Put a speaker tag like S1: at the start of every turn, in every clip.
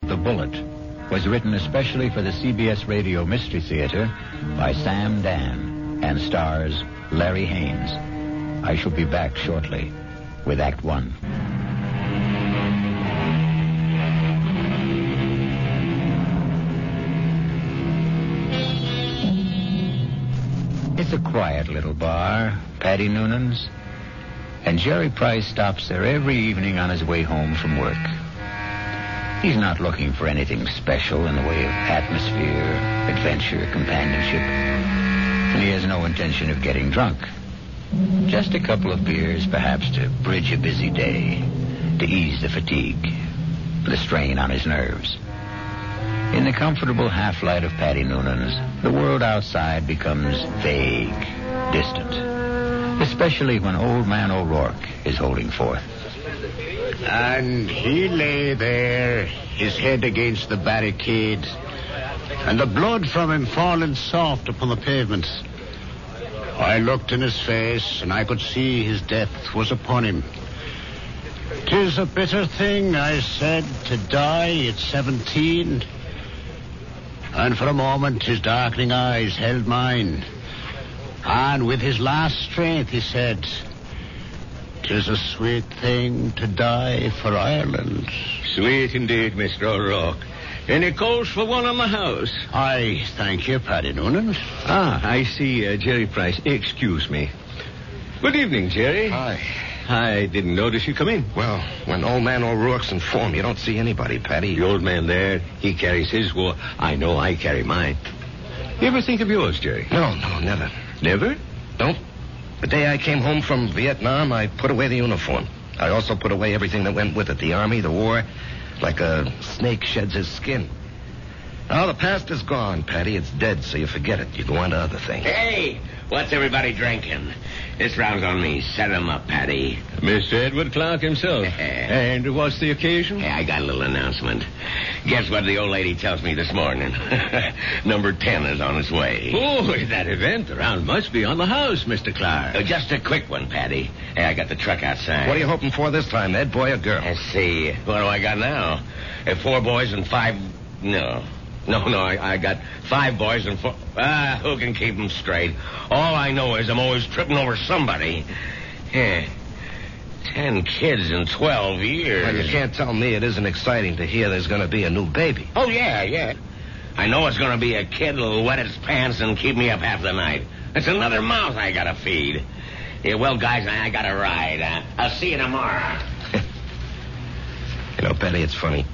S1: The Bullet was written especially for the CBS Radio Mystery Theater by Sam Dan and stars Larry Haynes. I shall be back shortly with Act One. It's a quiet little bar, Patty Noonan's. And Jerry Price stops there every evening on his way home from work. He's not looking for anything special in the way of atmosphere, adventure, companionship. And he has no intention of getting drunk. Just a couple of beers, perhaps, to bridge a busy day, to ease the fatigue, the strain on his nerves. In the comfortable half light of Patty Noonan's, the world outside becomes vague, distant, especially when Old Man O'Rourke is holding forth.
S2: And he lay there, his head against the barricade, and the blood from him falling soft upon the pavement. I looked in his face, and I could see his death was upon him. "'Tis a bitter thing,' I said, 'to die at seventeen.' And for a moment his darkening eyes held mine. And with his last strength he said, "'Tis a sweet thing to die for Ireland.'
S3: Sweet indeed, Mr. O'Rourke. Any calls for one on the house?
S2: I thank you, Paddy Noonan.
S3: Ah, I see, uh, Jerry Price. Excuse me. Good evening, Jerry.
S4: Hi.
S3: I didn't notice you come in.
S4: Well, when old man O'Rourke's in form, you don't see anybody, Patty.
S3: The old man there, he carries his war. I know I carry mine. You ever think of yours, Jerry?
S4: No, no, never.
S3: Never?
S4: Nope. The day I came home from Vietnam, I put away the uniform. I also put away everything that went with it the army, the war, like a snake sheds his skin. Now, the past is gone, Patty. It's dead, so you forget it. You go on to other things.
S5: Hey, what's everybody drinking? This round's on me. Set 'em up, Patty.
S3: Mr. Edward Clark himself. and what's the occasion?
S5: Hey, I got a little announcement. Guess what the old lady tells me this morning? Number 10 is on its way.
S3: Oh, at that event, the round must be on the house, Mr. Clark.
S5: Uh, just a quick one, Patty. Hey, I got the truck outside.
S4: What are you hoping for this time, Ed? Boy or girl?
S5: Let's see. What do I got now? Uh, four boys and five. No. No, no, I, I got five boys and four. Ah, who can keep 'em straight? All I know is I'm always tripping over somebody. Yeah. Ten kids in 12 years.
S4: Well, you can't tell me it isn't exciting to hear there's going to be a new baby.
S5: Oh, yeah, yeah. I know it's going to be a kid that'll wet its pants and keep me up half the night. It's another mouth I got to feed. Yeah, well, guys, I, I got to ride. Uh, I'll see you tomorrow.
S4: You know, Patty, it's funny.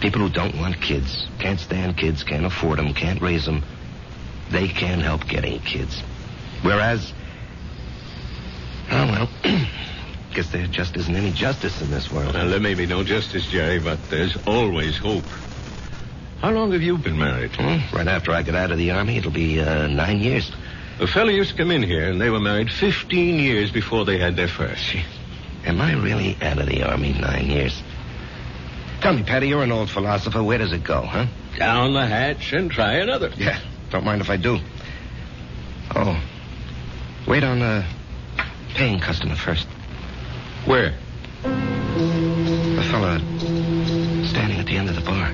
S4: People who don't want kids, can't stand kids, can't afford them, can't raise them, they can't help getting kids. Whereas, oh well, guess there just isn't any justice in this world.
S3: Well, there may be no justice, Jerry, but there's always hope. How long have you been married?
S4: Hmm, Right after I get out of the army, it'll be uh, nine years.
S3: A fellow used to come in here, and they were married 15 years before they had their first.
S4: Am I really out of the army nine years? Tell me, Patty, you're an old philosopher. Where does it go, huh?
S3: Down the hatch and try another.
S4: Yeah, don't mind if I do. Oh, wait on a paying customer first.
S3: Where?
S4: A fella standing at the end of the bar.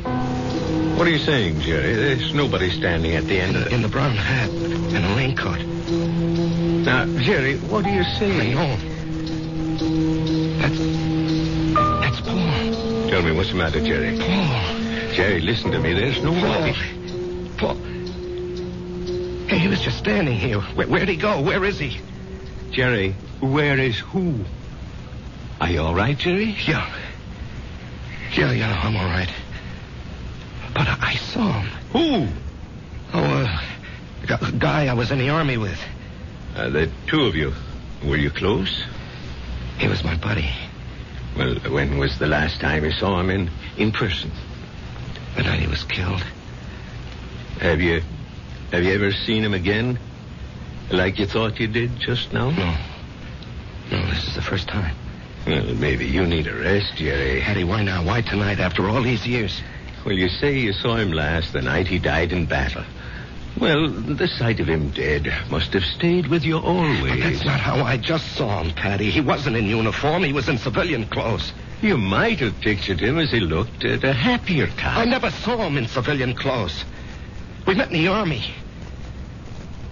S3: What are you saying, Jerry? There's nobody standing at the end of it.
S4: In the brown hat and a raincoat.
S3: Now, Jerry, what are you
S4: I
S3: saying?
S4: know. That's. That's Paul.
S3: Tell me, what's the matter, Jerry?
S4: Paul.
S3: Jerry, listen to me. There's nobody.
S4: Paul. Paul. Hey, he was just standing here. Where, where'd he go? Where is he?
S3: Jerry, where is who? Are you all right, Jerry?
S4: Yeah. Yeah, yeah, I'm all right. But I, I saw him.
S3: Who?
S4: Oh, uh, gu- guy I was in the army with.
S3: Uh, the two of you. Were you close?
S4: He was my buddy.
S3: Well, when was the last time you saw him in, in person?
S4: The night he was killed.
S3: Have you have you ever seen him again? Like you thought you did just now?
S4: No. No, this is the first time.
S3: Well, maybe you need a rest, Jerry.
S4: Hattie, why now? Why tonight after all these years?
S3: Well, you say you saw him last the night he died in battle. Well, the sight of him dead must have stayed with you always.
S4: But that's not how I just saw him, Patty. He wasn't in uniform. He was in civilian clothes.
S3: You might have pictured him as he looked at a happier
S4: I
S3: time.
S4: never saw him in civilian clothes. We met in the army.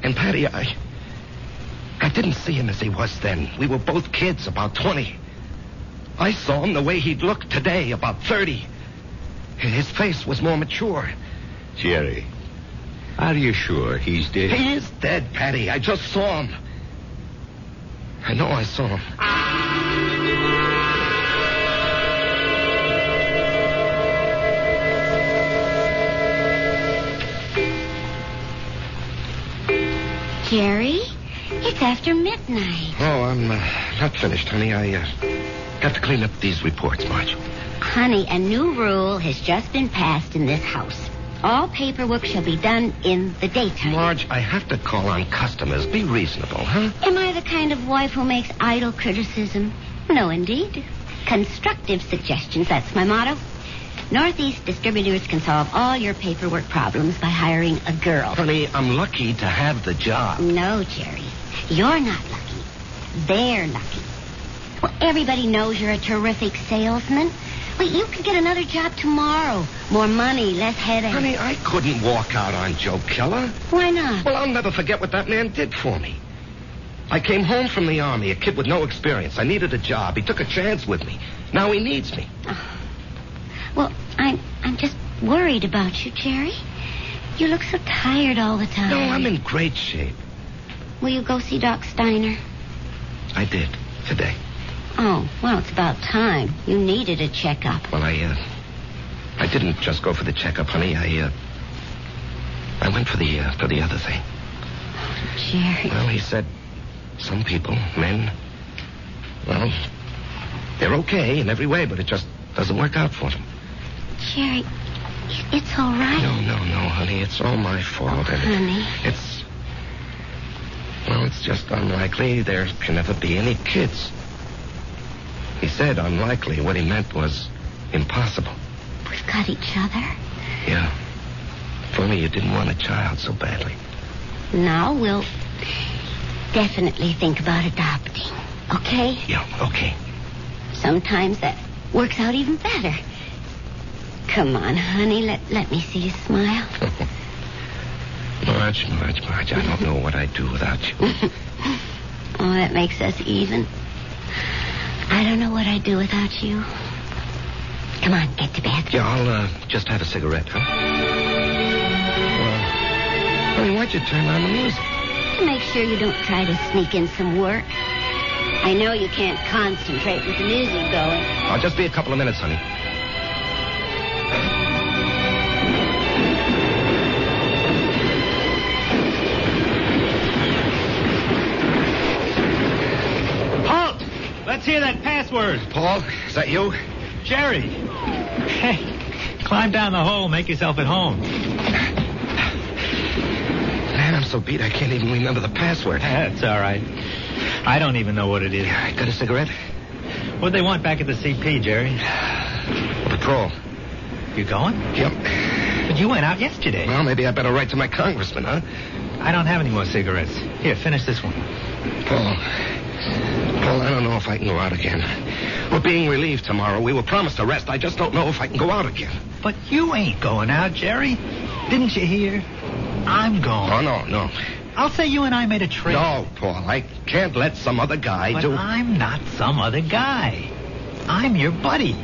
S4: And Patty, I. I didn't see him as he was then. We were both kids, about 20. I saw him the way he'd look today, about 30. His face was more mature.
S3: Jerry, are you sure he's dead?
S4: He is dead, Patty. I just saw him. I know I saw him.
S6: Jerry, it's after midnight.
S4: Oh, I'm uh, not finished, honey. I uh, got to clean up these reports, Marge.
S6: Honey, a new rule has just been passed in this house. All paperwork shall be done in the daytime.
S4: Marge, I have to call on customers. Be reasonable, huh?
S6: Am I the kind of wife who makes idle criticism? No, indeed. Constructive suggestions, that's my motto. Northeast Distributors can solve all your paperwork problems by hiring a girl.
S4: Honey, I'm lucky to have the job.
S6: No, Jerry. You're not lucky. They're lucky. Well, everybody knows you're a terrific salesman. Well, you could get another job tomorrow. More money, less headache.
S4: Honey, I couldn't walk out on Joe Keller.
S6: Why not?
S4: Well, I'll never forget what that man did for me. I came home from the army, a kid with no experience. I needed a job. He took a chance with me. Now he needs me.
S6: Oh. Well, I'm I'm just worried about you, Jerry. You look so tired all the time.
S4: No, I'm in great shape.
S6: Will you go see Doc Steiner?
S4: I did today.
S6: Oh, well, it's about time. You needed a checkup.
S4: Well, I uh, I didn't just go for the checkup, honey. I uh, I went for the uh, for the other thing.
S6: Jerry.
S4: Well, he said some people, men, well, they're okay in every way, but it just doesn't work out for them.
S6: Jerry, it's all right.
S4: No, no, no, honey. It's all my fault. And it-
S6: Honey.
S4: It's. Well, it's just unlikely there can ever be any kids. He said unlikely. What he meant was impossible.
S6: We've got each other.
S4: Yeah. If only you didn't want a child so badly.
S6: Now we'll definitely think about adopting. Okay?
S4: Yeah, okay.
S6: Sometimes that works out even better. Come on, honey. Let let me see you smile.
S4: Marge, Marge, Marge, I don't know what I'd do without you.
S6: Oh, that makes us even. I don't know what I'd do without you. Come on, get to bed.
S4: Yeah, I'll uh, just have a cigarette, huh? Well, honey, why'd you turn on the music?
S6: To make sure you don't try to sneak in some work. I know you can't concentrate with the music going.
S4: I'll just be a couple of minutes, honey.
S1: Halt! Let's hear that password.
S4: Paul, is that you?
S1: Jerry. Hey, climb down the hole, make yourself at home.
S4: Man, I'm so beat I can't even remember the password.
S1: That's all right. I don't even know what it is.
S4: I got a cigarette?
S1: What they want back at the CP, Jerry?
S4: Patrol.
S1: You going?
S4: Yep.
S1: But you went out yesterday.
S4: Well, maybe I better write to my congressman, huh?
S1: I don't have any more cigarettes. Here, finish this one.
S4: Paul. Paul, I don't know if I can go out again. We're being relieved tomorrow. We were promised a rest. I just don't know if I can go out again.
S1: But you ain't going out, Jerry. Didn't you hear? I'm going.
S4: Oh, no, no.
S1: I'll say you and I made a trade.
S4: No, Paul, I can't let some other guy
S1: but
S4: do...
S1: I'm not some other guy. I'm your buddy.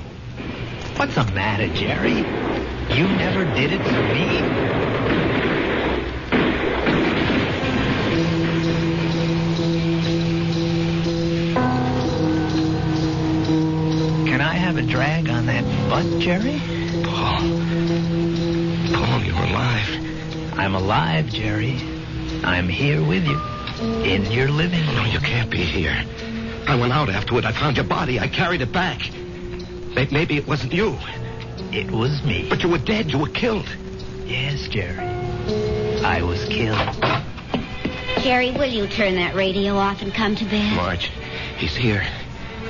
S1: What's the matter, Jerry? You never did it for me. Can I have a drag on that butt, Jerry?
S4: Paul. Paul, you're alive.
S1: I'm alive, Jerry. I'm here with you. In your living
S4: No,
S1: room.
S4: you can't be here. I went out afterward. I found your body. I carried it back. May- Maybe it wasn't you.
S1: It was me.
S4: But you were dead. You were killed.
S1: Yes, Jerry. I was killed.
S6: Jerry, will you turn that radio off and come to bed?
S4: Marge, he's here.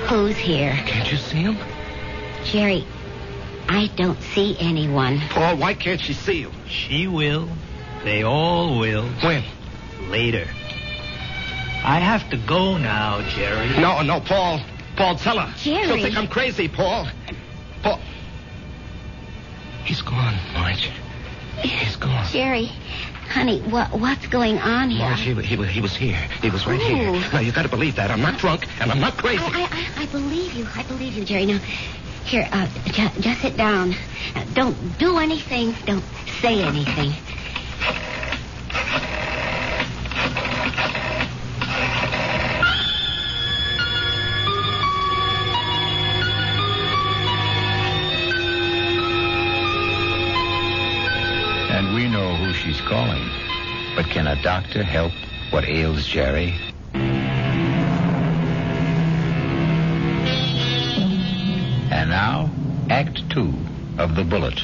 S6: Who's here?
S4: Can't you see him?
S6: Jerry, I don't see anyone.
S4: Paul, why can't she see you?
S1: She will. They all will.
S4: When?
S1: Later. I have to go now, Jerry.
S4: No, no, Paul.
S1: Paul, tell her.
S6: Jerry.
S1: She'll think I'm crazy, Paul. Paul.
S4: He's gone, Marge. He's gone.
S6: Jerry, honey, what what's going on here?
S4: Marge, he, wa- he, wa- he was here. He was right here.
S6: Ooh.
S4: Now, you got to believe that. I'm not drunk, and I'm not crazy.
S6: I, I, I, I believe you. I believe you, Jerry. Now, here, uh, ju- just sit down. Uh, don't do anything. Don't say anything.
S7: And we know who she's calling. But can a doctor help what ails Jerry? And now, Act Two of The Bullet.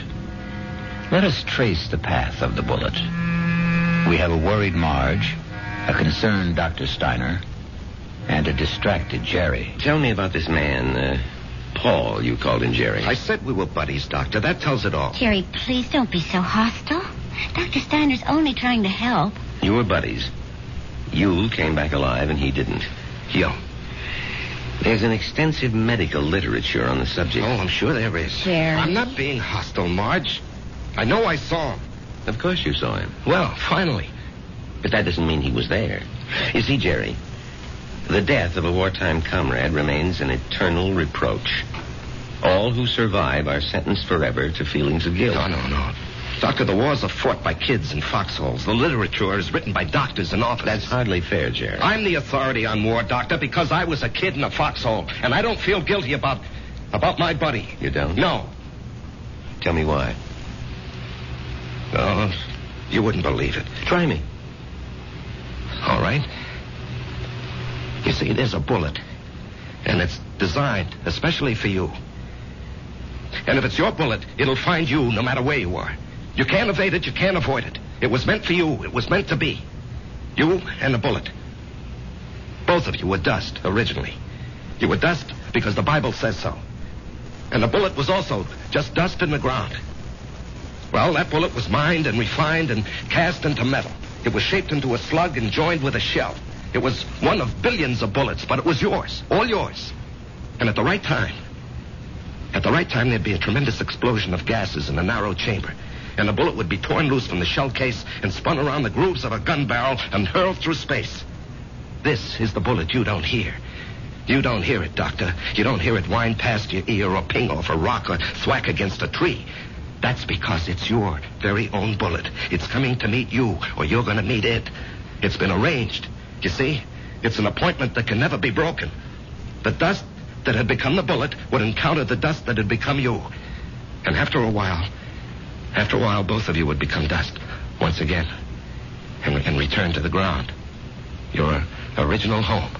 S7: Let us trace the path of the bullet. We have a worried Marge, a concerned Dr. Steiner, and a distracted Jerry.
S8: Tell me about this man, uh, Paul, you called him Jerry.
S4: I said we were buddies, Doctor. That tells it all.
S6: Jerry, please don't be so hostile. Dr. Steiner's only trying to help.
S8: You were buddies. You came back alive and he didn't.
S4: Yo.
S8: There's an extensive medical literature on the subject.
S4: Oh, I'm sure there is.
S6: Jerry.
S4: I'm not being hostile, Marge. I know I saw him.
S8: Of course you saw him.
S4: Well, finally.
S8: But that doesn't mean he was there. You see, Jerry, the death of a wartime comrade remains an eternal reproach. All who survive are sentenced forever to feelings of guilt.
S4: No, no, no. Doctor, the wars are fought by kids in foxholes. The literature is written by doctors and authors.
S8: That's hardly fair, Jerry.
S4: I'm the authority on war, Doctor, because I was a kid in a foxhole, and I don't feel guilty about about my buddy.
S8: You don't?
S4: No.
S8: Tell me why.
S4: No. You wouldn't believe it.
S8: Try me.
S4: All right. You see, there's a bullet, and it's designed especially for you. And if it's your bullet, it'll find you no matter where you are. You can't evade it, you can't avoid it. It was meant for you, it was meant to be. You and the bullet. Both of you were dust originally. You were dust because the Bible says so. And the bullet was also just dust in the ground. Well, that bullet was mined and refined and cast into metal. It was shaped into a slug and joined with a shell. It was one of billions of bullets, but it was yours, all yours. And at the right time, at the right time, there'd be a tremendous explosion of gases in a narrow chamber. And the bullet would be torn loose from the shell case and spun around the grooves of a gun barrel and hurled through space. This is the bullet you don't hear. You don't hear it, Doctor. You don't hear it whine past your ear or ping off a rock or thwack against a tree. That's because it's your very own bullet. It's coming to meet you, or you're going to meet it. It's been arranged. You see? It's an appointment that can never be broken. The dust that had become the bullet would encounter the dust that had become you. And after a while, after a while, both of you would become dust once again and, and return to the ground. Your original home.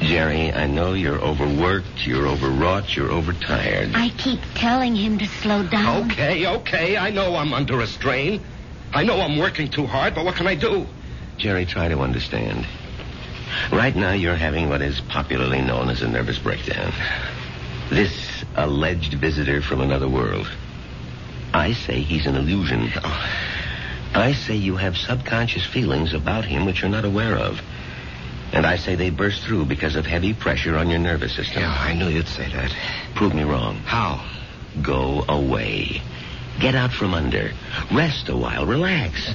S8: Jerry, I know you're overworked, you're overwrought, you're overtired.
S6: I keep telling him to slow down.
S4: Okay, okay. I know I'm under a strain. I know I'm working too hard, but what can I do?
S8: Jerry, try to understand. Right now, you're having what is popularly known as a nervous breakdown. This alleged visitor from another world. I say he's an illusion. I say you have subconscious feelings about him which you're not aware of. And I say they burst through because of heavy pressure on your nervous system.
S4: Yeah, I knew you'd say that.
S8: Prove me wrong.
S4: How?
S8: Go away. Get out from under. Rest a while. Relax.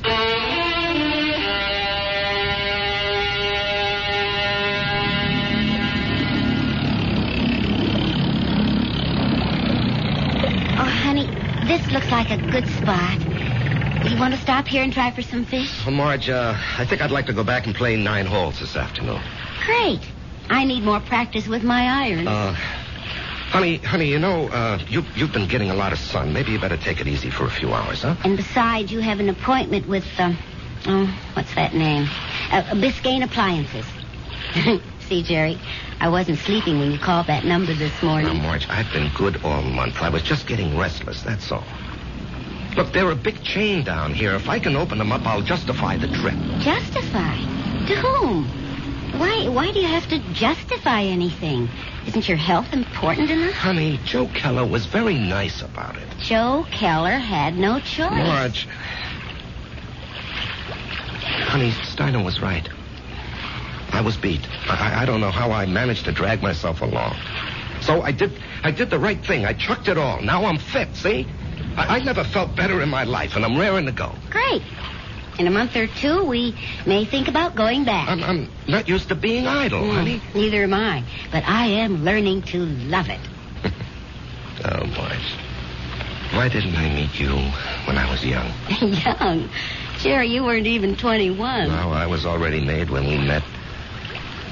S6: Oh, honey, this looks like a good spot. You want to stop here and try for some fish?
S4: Well, Marge, uh, I think I'd like to go back and play nine holes this afternoon.
S6: Great. I need more practice with my iron.
S4: Uh, honey, honey, you know, uh, you, you've been getting a lot of sun. Maybe you better take it easy for a few hours, huh?
S6: and besides, you have an appointment with, um, oh, what's that name? Uh, Biscayne Appliances. See, Jerry, I wasn't sleeping when you called that number this
S4: Now,
S6: morning.
S4: Marge, I've been good all month. I was just getting restless, that's all. Look, they're a big chain down here. If I can open them up, I'll justify the trip.
S6: Justify? To whom? Why, why do you have to justify anything? Isn't your health important enough?
S4: Honey, Joe Keller was very nice about it.
S6: Joe Keller had no choice.
S4: Marge. Honey, Steiner was right. I was beat. I, I don't know how I managed to drag myself along. So I did. I did the right thing. I chucked it all. Now I'm fit. See, I, I never felt better in my life, and I'm raring to go.
S6: Great. In a month or two, we may think about going back.
S4: I'm, I'm not used to being idle,
S6: Mm,
S4: honey.
S6: Neither am I, but I am learning to love it.
S4: Oh, boys. Why didn't I meet you when I was young?
S6: Young. Jerry, you weren't even 21.
S4: No, I was already made when we met.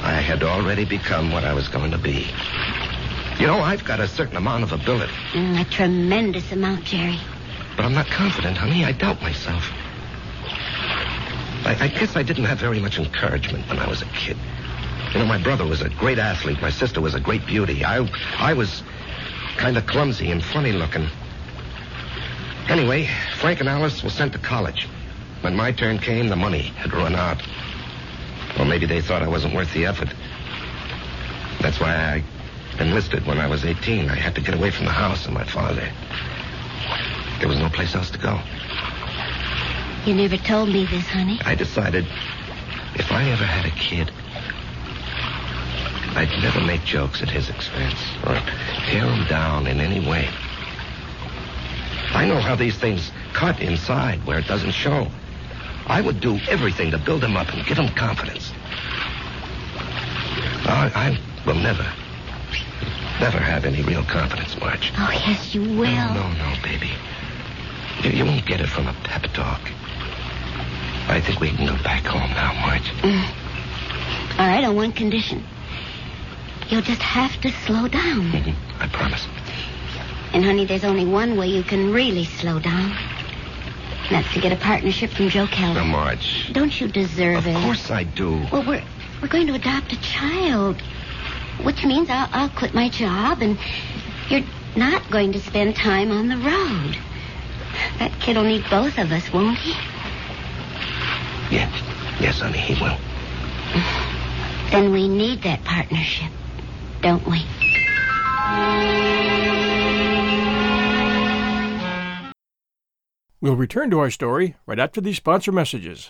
S4: I had already become what I was going to be. You know, I've got a certain amount of ability,
S6: Mm, a tremendous amount, Jerry.
S4: but I'm not confident, honey. I doubt myself. I, I guess I didn't have very much encouragement when I was a kid. You know, my brother was a great athlete. My sister was a great beauty. I, I was kind of clumsy and funny looking. Anyway, Frank and Alice were sent to college. When my turn came, the money had run out. Or maybe they thought I wasn't worth the effort. That's why I enlisted when I was 18. I had to get away from the house and my father. There was no place else to go.
S6: You never told me this, honey.
S4: I decided if I ever had a kid, I'd never make jokes at his expense or tear him down in any way. I know how these things cut inside where it doesn't show. I would do everything to build him up and give him confidence. I, I will never, never have any real confidence, March.
S6: Oh, yes, you will.
S4: No, no, no, baby. You, you won't get it from a pep talk. I think we can go back home now, Marge.
S6: All right, on one condition. You'll just have to slow down.
S4: Mhm. I promise.
S6: And, honey, there's only one way you can really slow down. And that's to get a partnership from Joe Kelly.
S4: Now, Marge.
S6: Don't you deserve
S4: Of
S6: it?
S4: course I do.
S6: Well, we're we're going to adopt a child, which means I'll, I'll quit my job, and you're not going to spend time on the road. That kid'll need both of us, won't he?
S4: Yes. Yes, honey, he will.
S6: Then we need that partnership, don't we?
S9: We'll return to our story right after these sponsor messages.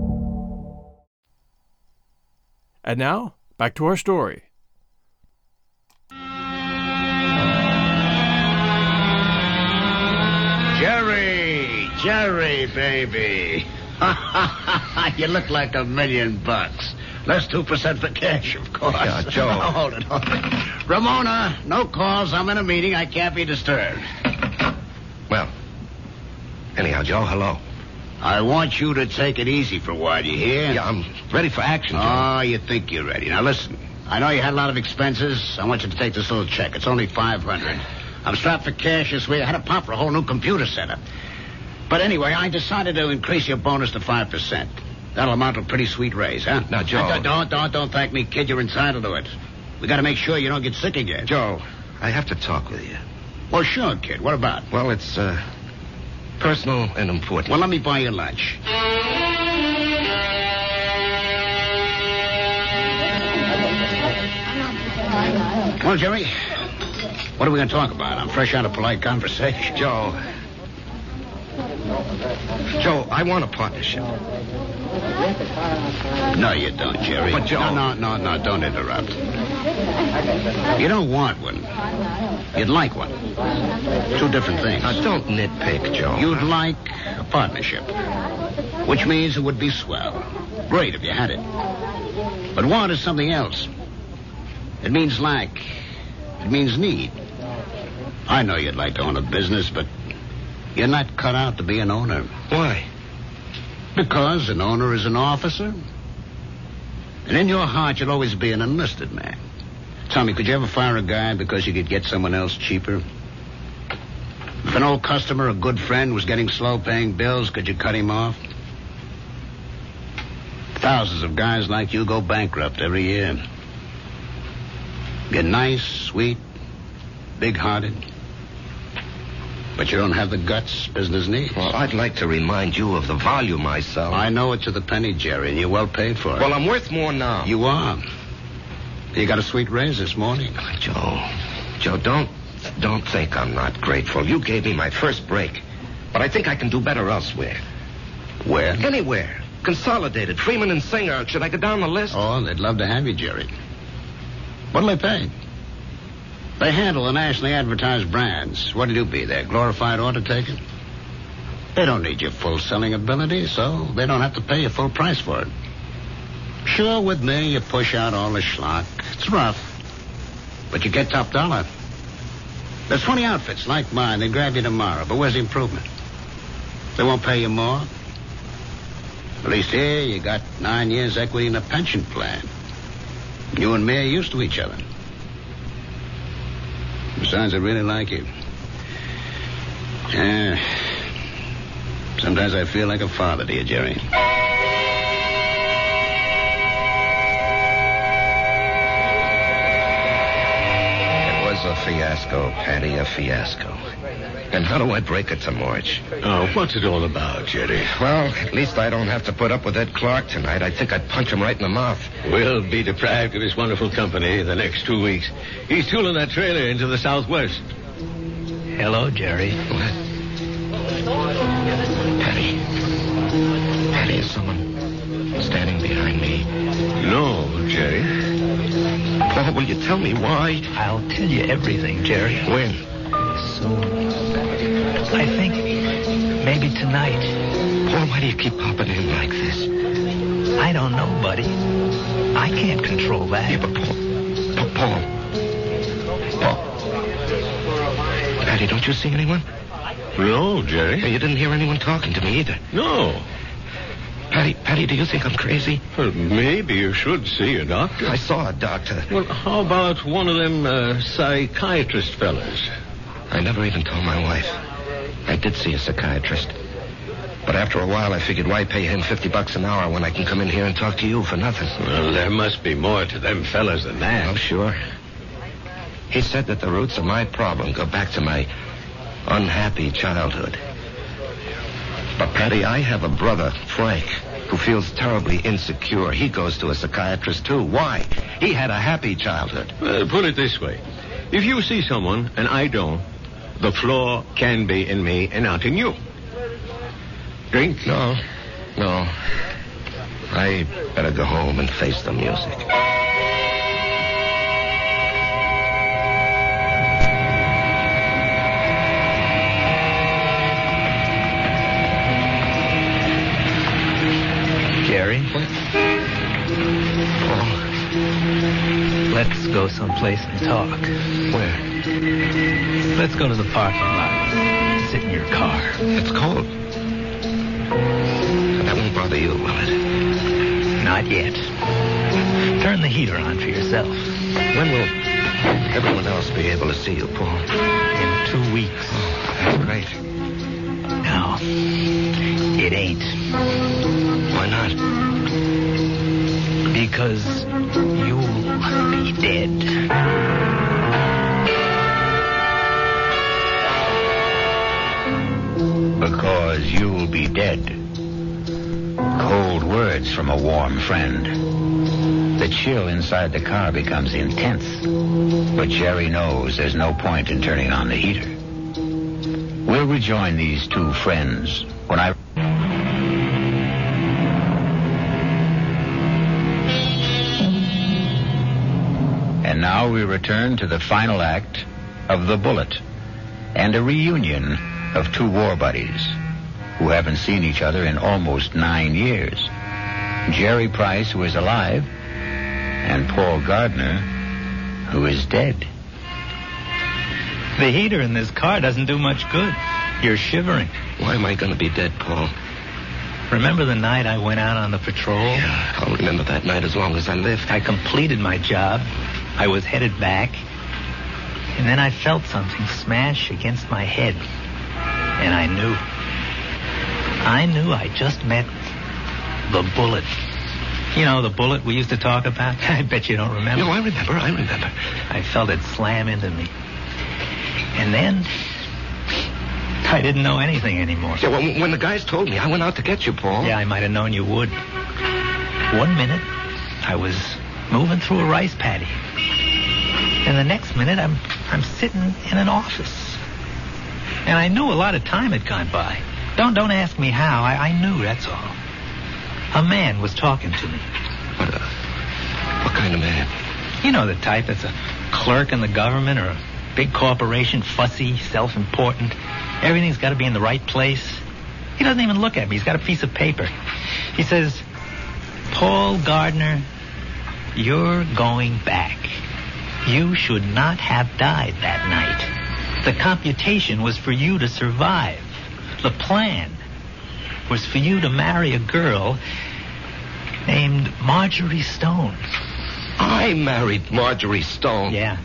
S9: And now, back to our story.
S2: Jerry, Jerry, baby. you look like a million bucks. Less 2% for cash, of course.
S4: Yeah, Joe.
S2: hold it, hold it. Ramona, no calls. I'm in a meeting. I can't be disturbed.
S4: Well, anyhow, Joe, hello.
S2: I want you to take it easy for a while, you hear?
S4: Yeah, I'm ready for action, Joe.
S2: Oh, you think you're ready. Now, listen. I know you had a lot of expenses. I want you to take this little check. It's only 500 I'm strapped for cash this week. I had to pop for a whole new computer setup. But anyway, I decided to increase your bonus to 5%. That'll amount to a pretty sweet raise, huh?
S4: Now, Joe-
S2: Don't, don't, don't, don't thank me, kid. You're entitled to it. We gotta make sure you don't get sick again.
S4: Joe, I have to talk with you.
S2: Well, sure, kid. What about?
S4: Well, it's, uh, personal and important.
S2: Well, let me buy you lunch. Well, Jerry, what are we going to talk about? I'm fresh out of polite conversation.
S4: Joe. Joe, I want a partnership.
S2: No, you don't, Jerry.
S4: But, Joe-
S2: No, no, no, no, don't interrupt. You don't want one. You'd like one. Two different things.
S4: Now, don't nitpick, Joe.
S2: You'd like a partnership, which means it would be swell. Great if you had it. But want is something else. It means lack. It means need. I know you'd like to own a business, but you're not cut out to be an owner.
S4: Why?
S2: Because an owner is an officer. And in your heart, you'll always be an enlisted man. Tell me, could you ever fire a guy because you could get someone else cheaper? If an old customer or good friend was getting slow paying bills, could you cut him off? Thousands of guys like you go bankrupt every year. You're nice, sweet, big hearted. But you don't have the guts business needs.
S4: Well, I'd like to remind you of the volume I sell.
S2: I know it to the penny, Jerry, and you're well paid for it.
S4: Well, I'm worth more now.
S2: You are. You got a sweet raise this morning.
S4: Joe, Joe, don't don't think I'm not grateful. You gave me my first break, but I think I can do better elsewhere.
S2: Where?
S4: Anywhere. Consolidated, Freeman and Singer. Should I go down the list?
S2: Oh, they'd love to have you, Jerry. What'll they pay? They handle the nationally advertised brands. What'll you be, their glorified order taker? They don't need your full selling ability, so they don't have to pay you full price for it. Sure, with me, you push out all the schlock. It's rough. But you get top dollar. There's 20 outfits like mine. They grab you tomorrow, but where's the improvement? They won't pay you more. At least here, you got nine years equity in a pension plan. You and me are used to each other. Besides, I really like you. Yeah. Sometimes I feel like a father to you, Jerry.
S4: It was a fiasco, Patty, a fiasco. And how do I break it to March?
S3: Oh, what's it all about, Jerry?
S4: Well, at least I don't have to put up with Ed Clark tonight. I think I'd punch him right in the mouth.
S3: We'll be deprived of his wonderful company the next two weeks. He's tooling that trailer into the southwest.
S1: Hello, Jerry.
S4: Patty. Patty, is someone standing behind me?
S3: No, Jerry.
S4: Well, will you tell me why?
S1: I'll tell you everything, Jerry.
S4: When?
S1: Soon. I think maybe tonight.
S4: Paul, Oh, why do you keep popping in like this?
S1: I don't know, buddy. I can't control that.
S4: Yeah, but Paul. Pa- Paul. Paul. Patty, don't you see anyone?
S3: No,
S4: Yeah,
S3: Jerry.
S4: You didn't hear anyone talking to me either.
S3: No.
S4: Patty, Patty, do you think I'm crazy?
S3: Well, maybe you should see a doctor.
S4: I saw a doctor.
S3: Well, how about one of them uh, psychiatrist fellas?
S4: I never even told my wife. I did see a psychiatrist. But after a while, I figured why pay him 50 bucks an hour when I can come in here and talk to you for nothing?
S3: Well, there must be more to them fellas than
S4: I'm
S3: that.
S4: sure. He said that the roots of my problem go back to my unhappy childhood. But, Patty, I have a brother, Frank, who feels terribly insecure. He goes to a psychiatrist, too. Why? He had a happy childhood.
S3: Well, put it this way. If you see someone and I don't, the flaw can be in me and not in you. Drink?
S4: No, no. I better go home and face the music.
S1: Jerry, Oh. let's go someplace and talk.
S4: Where?
S1: Let's go to the parking lot. Sit in your car.
S4: It's cold. That won't bother you, will it?
S1: Not yet. Turn the heater on for yourself.
S4: When will everyone else be able to see you, Paul? Oh,
S1: In two weeks.
S4: That's great.
S1: No, it ain't.
S4: Why not?
S1: Because you'll be dead.
S7: Because you'll be dead. Cold words from a warm friend. The chill inside the car becomes intense. But Jerry knows there's no point in turning on the heater. We'll rejoin these two friends when I. And now we return to the final act of The Bullet and a reunion of two war buddies who haven't seen each other in almost nine years. Jerry Price, who is alive, and Paul Gardner, who is dead.
S1: The heater in this car doesn't do much good. You're shivering.
S4: Why am I going to be dead, Paul?
S1: Remember the night I went out on the patrol?
S4: I'll remember that night as long as I live.
S1: I completed my job. I was headed back. And then I felt something smash against my head. And I knew. I knew I just met the bullet. You know, the bullet we used to talk about? I bet you don't remember.
S4: No, I remember. I remember.
S1: I felt it slam into me. And then, I didn't know anything anymore.
S4: Yeah, well, when the guys told me, I went out to get you, Paul.
S1: Yeah, I might have known you would. One minute, I was moving through a rice paddy. And the next minute, I'm, I'm sitting in an office. And I knew a lot of time had gone by. Don't, don't ask me how. I, I knew, that's all. A man was talking to me.
S4: What, uh, what kind of man?
S1: You know the type that's a clerk in the government or a big corporation, fussy, self important. Everything's got to be in the right place. He doesn't even look at me. He's got a piece of paper. He says, Paul Gardner, you're going back. You should not have died that night. The computation was for you to survive. The plan was for you to marry a girl named Marjorie Stone.
S4: I married Marjorie Stone.
S1: Yeah.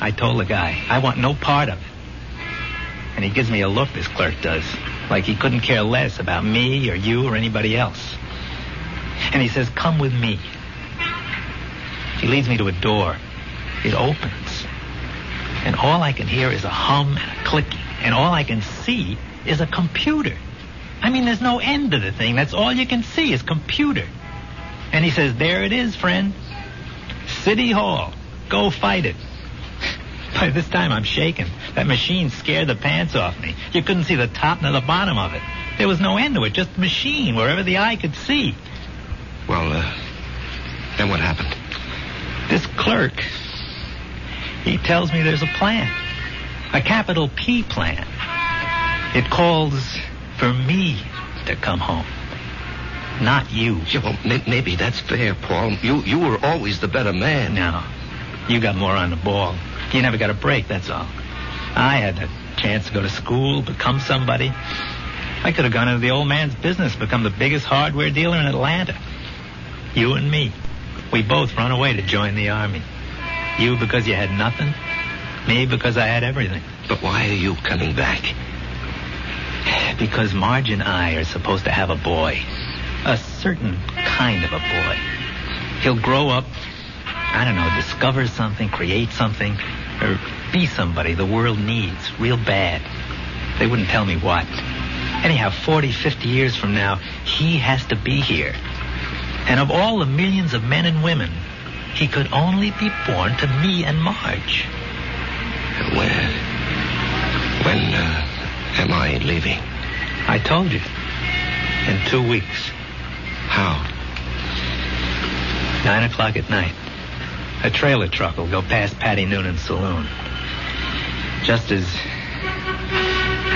S1: I told the guy, I want no part of it. And he gives me a look, this clerk does, like he couldn't care less about me or you or anybody else. And he says, Come with me. He leads me to a door. It opens. And all I can hear is a hum and a clicking. And all I can see is a computer. I mean, there's no end to the thing. That's all you can see is computer. And he says, There it is, friend. City Hall. Go fight it. By this time, I'm shaking. That machine scared the pants off me. You couldn't see the top nor the bottom of it. There was no end to it, just a machine wherever the eye could see.
S4: Well, uh, then what happened?
S1: This clerk, he tells me there's a plan. A capital P plan. It calls for me to come home. Not you.
S4: Yeah, well, may- maybe that's fair, Paul. You you were always the better man.
S1: No. You got more on the ball. You never got a break, that's all. I had a chance to go to school, become somebody. I could have gone into the old man's business, become the biggest hardware dealer in Atlanta. You and me. We both run away to join the army. You because you had nothing. Me because I had everything.
S4: But why are you coming back?
S1: Because Marge and I are supposed to have a boy. A certain kind of a boy. He'll grow up, I don't know, discover something, create something, or be somebody the world needs real bad. They wouldn't tell me what. Anyhow, 40, 50 years from now, he has to be here. And of all the millions of men and women, he could only be born to me and Marge.
S4: When when uh, am I leaving?
S1: I told you. In two weeks.
S4: How?
S1: Nine o'clock at night. A trailer truck will go past Patty Noonan's saloon. Just as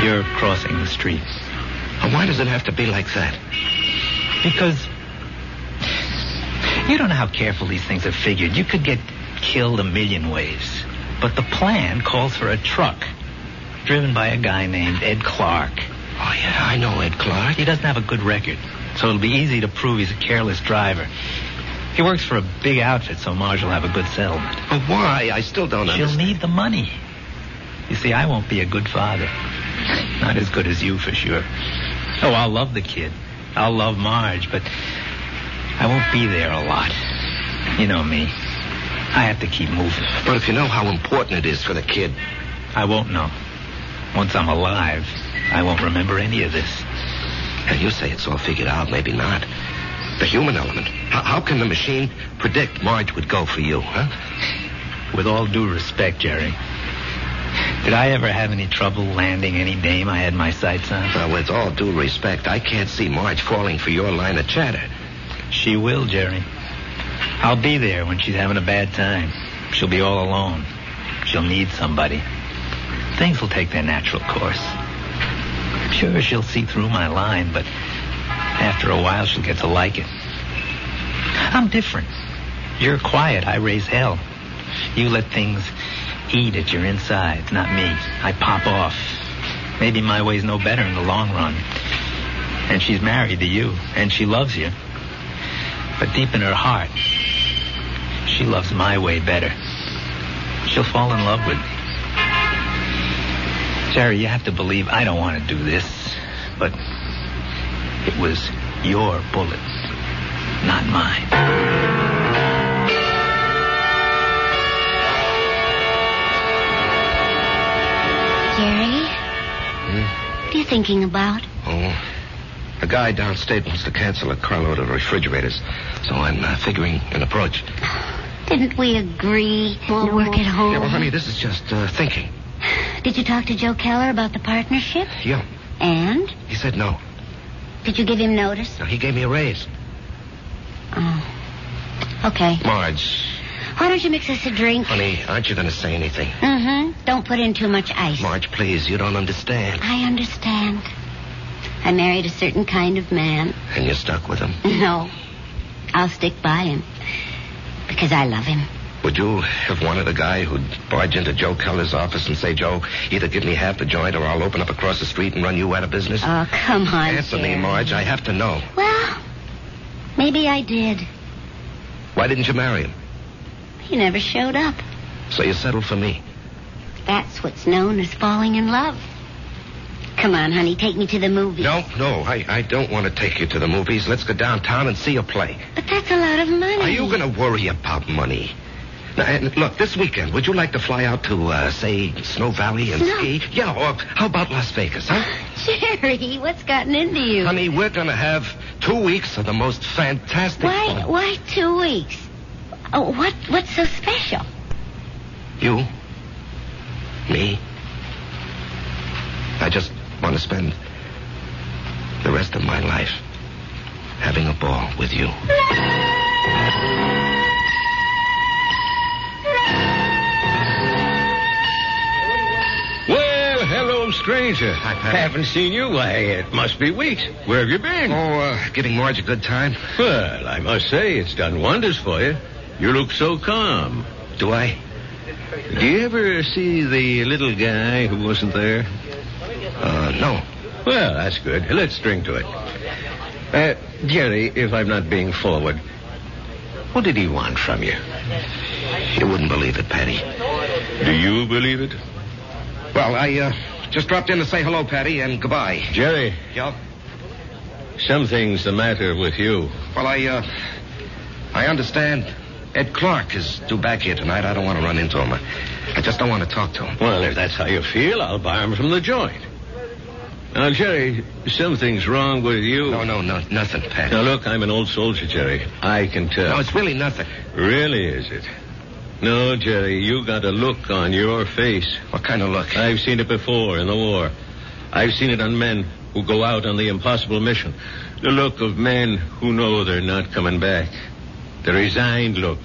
S1: you're crossing the street.
S4: And Why does it have to be like that?
S1: Because you don't know how careful these things are figured. You could get killed a million ways. But the plan calls for a truck driven by a guy named Ed Clark.
S4: Oh yeah, I know Ed Clark.
S1: He doesn't have a good record, so it'll be easy to prove he's a careless driver. He works for a big outfit, so Marge will have a good settlement.
S4: But why? I still don't
S1: She'll
S4: understand.
S1: need the money. You see, I won't be a good father. Not as good as you, for sure. Oh, I'll love the kid. I'll love Marge, but I won't be there a lot. You know me. I have to keep moving.
S4: But if you know how important it is for the kid,
S1: I won't know. Once I'm alive, I won't remember any of this.
S4: and you say it's all figured out, maybe not. The human element. How, how can the machine predict Marge would go for you, huh?
S1: With all due respect, Jerry, did I ever have any trouble landing any dame I had my sights on?
S4: Well, with all due respect, I can't see Marge falling for your line of chatter.
S1: She will, Jerry. I'll be there when she's having a bad time. She'll be all alone. She'll need somebody. Things will take their natural course. Sure, she'll see through my line, but after a while, she'll get to like it. I'm different. You're quiet. I raise hell. You let things eat at your insides, not me. I pop off. Maybe my way's no better in the long run. And she's married to you, and she loves you. But deep in her heart, she loves my way better. She'll fall in love with me. Jerry, you have to believe I don't want to do this, but it was your bullet. not mine.
S6: Jerry? What are you thinking about?
S4: Hmm? Oh, a guy downstate wants to cancel a carload of refrigerators, so I'm uh, figuring an approach.
S6: Didn't we agree we'll work at home?
S4: Yeah, well, honey, this is just uh, thinking.
S6: Did you talk to Joe Keller about the partnership?
S4: Yeah,
S6: And?
S4: he said no.
S6: Did you give him notice? Oh.
S4: Now, he gave me a raise.
S6: Okay.
S4: Marge,
S6: Why don't you mix us a drink?
S4: honey, aren't you going to say anything?
S6: Mm-hmm. Don't put in too much ice.
S4: Marge, please, you don't understand.
S6: I understand. I married a certain kind of man.
S4: And you're stuck with him.
S6: No. I'll stick by him. Because I love him.
S4: Would you have wanted a guy who'd barge into Joe Keller's office and say, Joe, either give me half the joint or I'll open up across the street and run you out of business?
S6: Oh, come on.
S4: Anthony,
S6: Jerry.
S4: Marge, I have to know.
S6: Well, maybe I did.
S4: Why didn't you marry him?
S6: He never showed up.
S4: So you settled for me.
S6: That's what's known as falling in love. Come on, honey, take me to the movies.
S4: No, no, I, I don't want to take you to the movies. Let's go downtown and see a play.
S6: But that's a lot of money.
S4: Are you going to worry about money? Now, and look, this weekend, would you like to fly out to, uh, say, Snow Valley and
S6: Snow?
S4: ski? Yeah, or how about Las Vegas, huh?
S6: Jerry, what's gotten into you?
S4: Honey, we're going to have two weeks of the most fantastic
S6: Why?
S4: fun.
S6: Why two weeks? Oh, what? What's so special?
S4: You? Me? I just want to spend the rest of my life having a ball with you.
S3: Well, hello, stranger.
S4: Hi, Pat.
S3: Haven't seen you. Why, it must be weeks. Where have you been?
S4: Oh, uh, giving Marge a good time?
S3: Well, I must say, it's done wonders for you. You look so calm.
S4: Do I?
S3: Do you ever see the little guy who wasn't there?
S4: Uh, no.
S3: Well, that's good. Let's drink to it. Uh, Jerry, if I'm not being forward, what did he want from you?
S4: You wouldn't believe it, Patty.
S3: Do you believe it?
S4: Well, I, uh, just dropped in to say hello, Patty, and goodbye.
S3: Jerry,
S4: Yeah?
S3: something's the matter with you.
S4: Well, I, uh, I understand Ed Clark is due back here tonight. I don't want to run into him. I, I just don't want to talk to him.
S3: Well, if that's how you feel, I'll buy him from the joint. Now, Jerry, something's wrong with you.
S4: No, no, no, nothing, Patty.
S3: Now, look, I'm an old soldier, Jerry. I can tell.
S4: No, it's really nothing.
S3: Really, is it? No, Jerry, you got a look on your face.
S4: What kind of look?
S3: I've seen it before in the war. I've seen it on men who go out on the impossible mission. The look of men who know they're not coming back. The resigned look.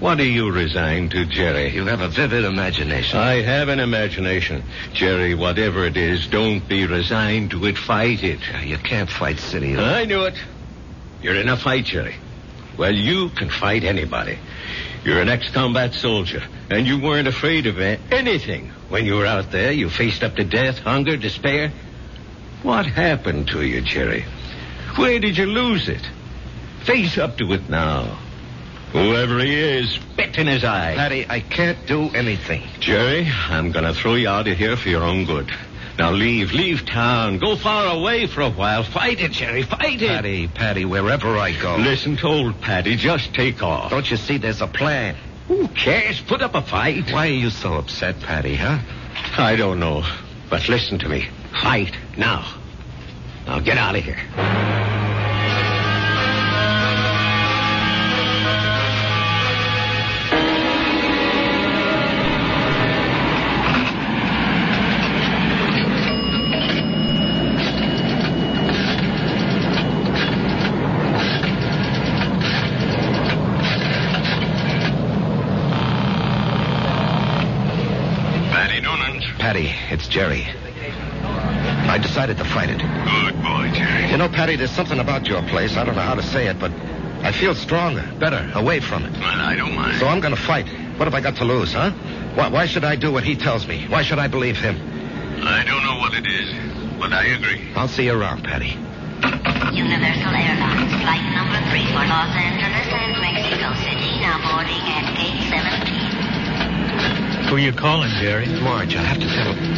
S3: What are you resigned to, Jerry?
S4: You have a vivid imagination.
S3: I have an imagination. Jerry, whatever it is, don't be resigned to it. Fight it.
S4: Uh, you can't fight city.
S3: I knew it. You're in a fight, Jerry. Well, you can fight anybody. You're an ex-combat soldier, and you weren't afraid of a- anything when you were out there. You faced up to death, hunger, despair. What happened to you, Jerry? Where did you lose it? Face up to it now. Whoever he is, spit in his eye.
S4: Patty, I can't do anything.
S3: Jerry, I'm going to throw you out of here for your own good. Now leave, leave town. Go far away for a while. Fight it, Jerry. Fight it.
S4: Patty, Patty, wherever I go.
S3: Listen to old Patty. Just take off.
S4: Don't you see there's a plan?
S3: Who cares? Put up a fight.
S4: Why are you so upset, Patty, huh?
S3: I don't know. But listen to me. Fight now. Now get out of here.
S8: Patty Noonan's.
S4: Patty, it's Jerry. I decided to fight it.
S8: Good boy, Jerry.
S4: You know, Patty, there's something about your place. I don't know how to say it, but I feel stronger, better, away from it.
S8: Well, I don't mind.
S4: So I'm going to fight. What have I got to lose, huh? Why, why should I do what he tells me? Why should I believe him?
S8: I don't know what it is, but I agree.
S4: I'll see you around, Patty.
S6: Universal Airlines flight number three for Los Angeles and Mexico City now boarding at eight seventeen.
S1: Who you calling, Jerry?
S4: Marge, I have to tell him.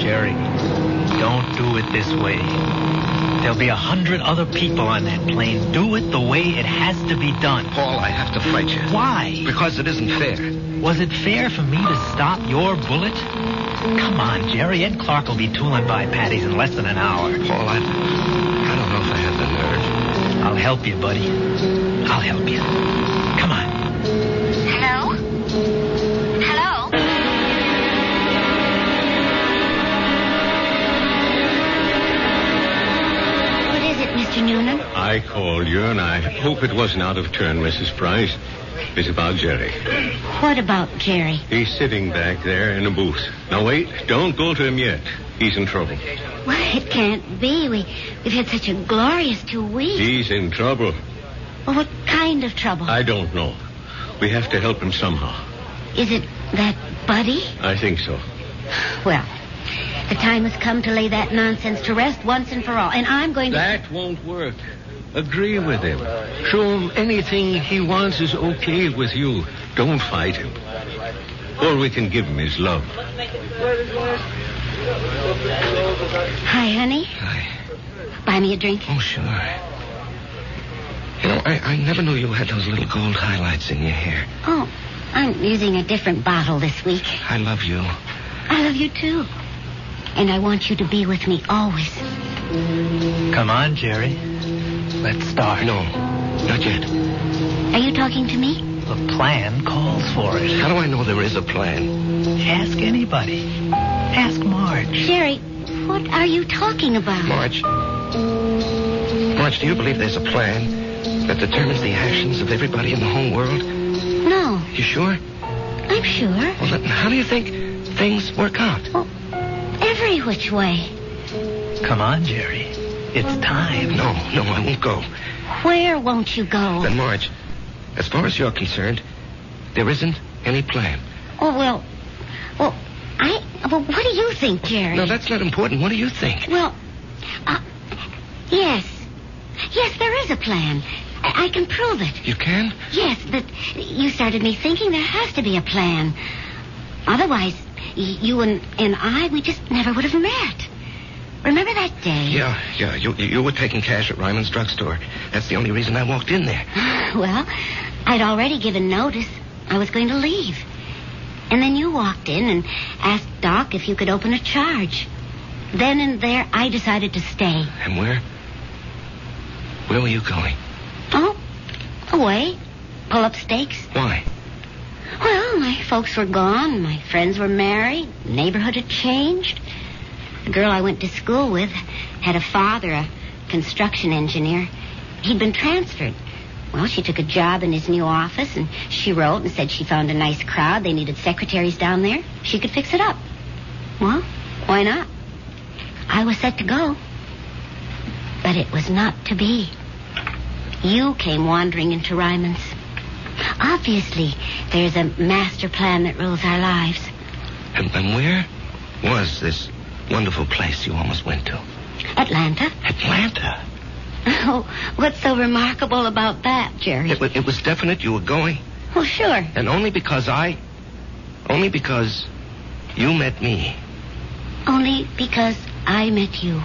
S1: Jerry. Don't do it this way. There'll be a hundred other people on that plane. Do it the way it has to be done.
S4: Paul, I have to fight you.
S1: Why?
S4: Because it isn't fair.
S1: Was it fair for me to stop your bullet? Come on, Jerry. Ed Clark will be tooling by Patty's in less than an hour.
S4: Paul, I, I don't know if I have the nerve.
S1: I'll help you, buddy. I'll help you. Come on.
S6: Hello? Hello? What is it, Mr. Noonan?
S3: I called you, and I hope it wasn't out of turn, Mrs. Price. It's about Jerry.
S6: What about Jerry?
S3: He's sitting back there in a booth. Now, wait. Don't go to him yet. He's in trouble.
S6: Well, it can't be. We, we've had such a glorious two weeks.
S3: He's in trouble.
S6: Well, what kind of trouble?
S3: I don't know. We have to help him somehow.
S6: Is it that buddy?
S3: I think so.
S6: Well, the time has come to lay that nonsense to rest once and for all, and I'm going to.
S3: That won't work. Agree with him. Show him anything he wants is okay with you. Don't fight him. All we can give him is love.
S6: Hi, honey. Buy me a drink.
S4: Oh, sure. You know, I, I never knew you had those little gold highlights in your hair.
S6: Oh, I'm using a different bottle this week.
S4: I love you.
S6: I love you too. And I want you to be with me always.
S1: Come on, Jerry. Let's start.
S4: No, not yet.
S6: Are you talking to me?
S1: The plan calls for it.
S4: How do I know there is a plan?
S1: Ask anybody. Ask Marge.
S6: Jerry, what are you talking about?
S4: Marge? Marge, do you believe there's a plan that determines the actions of everybody in the whole world?
S6: No,
S4: You sure?
S6: I'm sure.
S4: Well, then, how do you think things work out?
S6: Oh, every which way.
S1: Come on, Jerry. It's time.
S4: No, no, I won't go.
S6: Where won't you go?
S4: Then, Marge, as far as you're concerned, there isn't any plan.
S6: Oh, well, well, I, well, what do you think, Jerry?
S4: No, that's not important. What do you think?
S6: Well, uh, yes. Yes, there is a plan. I, I can prove it.
S4: You can?
S6: Yes, but you started me thinking there has to be a plan. Otherwise, y- you and, and I, we just never would have met. Remember that day?
S4: Yeah, yeah. You, you were taking cash at Ryman's drugstore. That's the only reason I walked in there.
S6: Well, I'd already given notice. I was going to leave. And then you walked in and asked Doc if you could open a charge. Then and there, I decided to stay.
S4: And where? Where were you going?
S6: Oh, away. Pull up stakes.
S4: Why?
S6: Well, my folks were gone. My friends were married. Neighborhood had changed. The girl I went to school with had a father, a construction engineer. He'd been transferred. Well, she took a job in his new office, and she wrote and said she found a nice crowd. They needed secretaries down there. She could fix it up. Well, why not? I was set to go. But it was not to be. You came wandering into Ryman's. Obviously, there's a master plan that rules our lives.
S4: And, and where was this wonderful place you almost went to?
S6: Atlanta?
S4: Atlanta.
S6: Oh, what's so remarkable about that, Jerry?
S4: It, wa- it was definite you were going,
S6: Well, sure.
S4: and only because I, only because you met me.
S6: Only because I met you.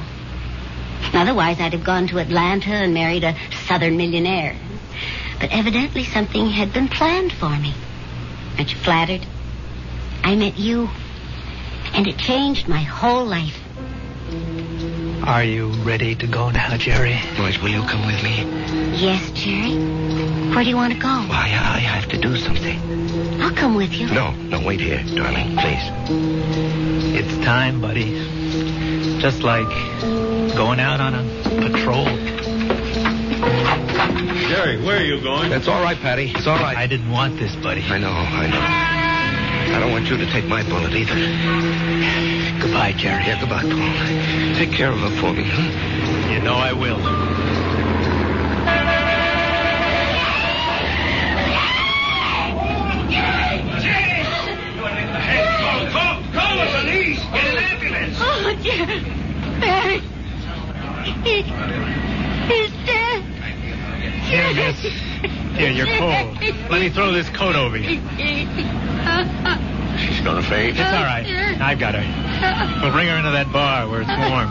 S6: Otherwise, I'd have gone to Atlanta and married a southern millionaire. But evidently, something had been planned for me. Aren't you flattered? I met you, and it changed my whole life.
S1: Are you ready to go now, Jerry?
S4: Marge, will you come with me?
S6: Yes, Jerry? Where do you want to go?
S4: Why, I have to do something.
S6: I'll come with you.
S4: No, no, wait here, darling, please.
S1: It's time, buddy. Just like going out on a patrol.
S3: Jerry, where are you going?
S4: That's all right, Patty. It's all right.
S1: I didn't want this, buddy.
S4: I know, I know. I don't want you to take my bullet either.
S1: Goodbye, Jerry.
S4: Yeah, goodbye, Paul. Take care of her for me, huh?
S1: You know I will.
S6: Oh, Jerry. Barry. He, he's dead.
S1: Here, miss. Here, you're cold. Let me throw this coat over you.
S3: She's gonna faint.
S1: It's all right. I've got her. We'll bring her into that bar where it's warm.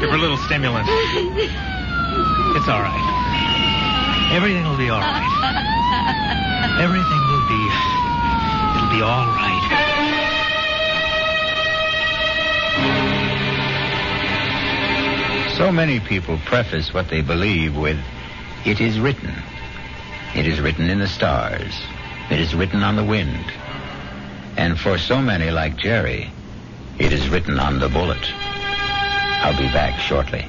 S1: Give her a little stimulant. It's all right. Everything will be all right. Everything will be. It'll be all right.
S4: So many people preface what they believe with, it is written. It is written in the stars. It is written on the wind. And for so many like Jerry, it is written on the bullet. I'll be back shortly.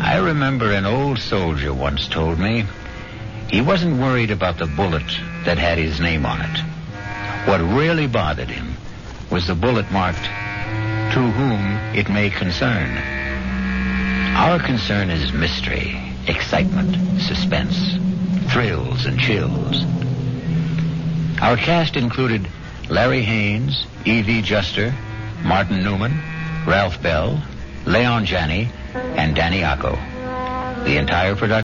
S4: I remember an old soldier once told me he wasn't worried about the bullet that had his name on it. What really bothered him was the bullet marked, To Whom It May Concern. Our concern is mystery, excitement, suspense, thrills, and chills. Our cast included Larry Haynes, E.V. Juster, Martin Newman, Ralph Bell, Leon Janney, and Danny Acco. The entire production.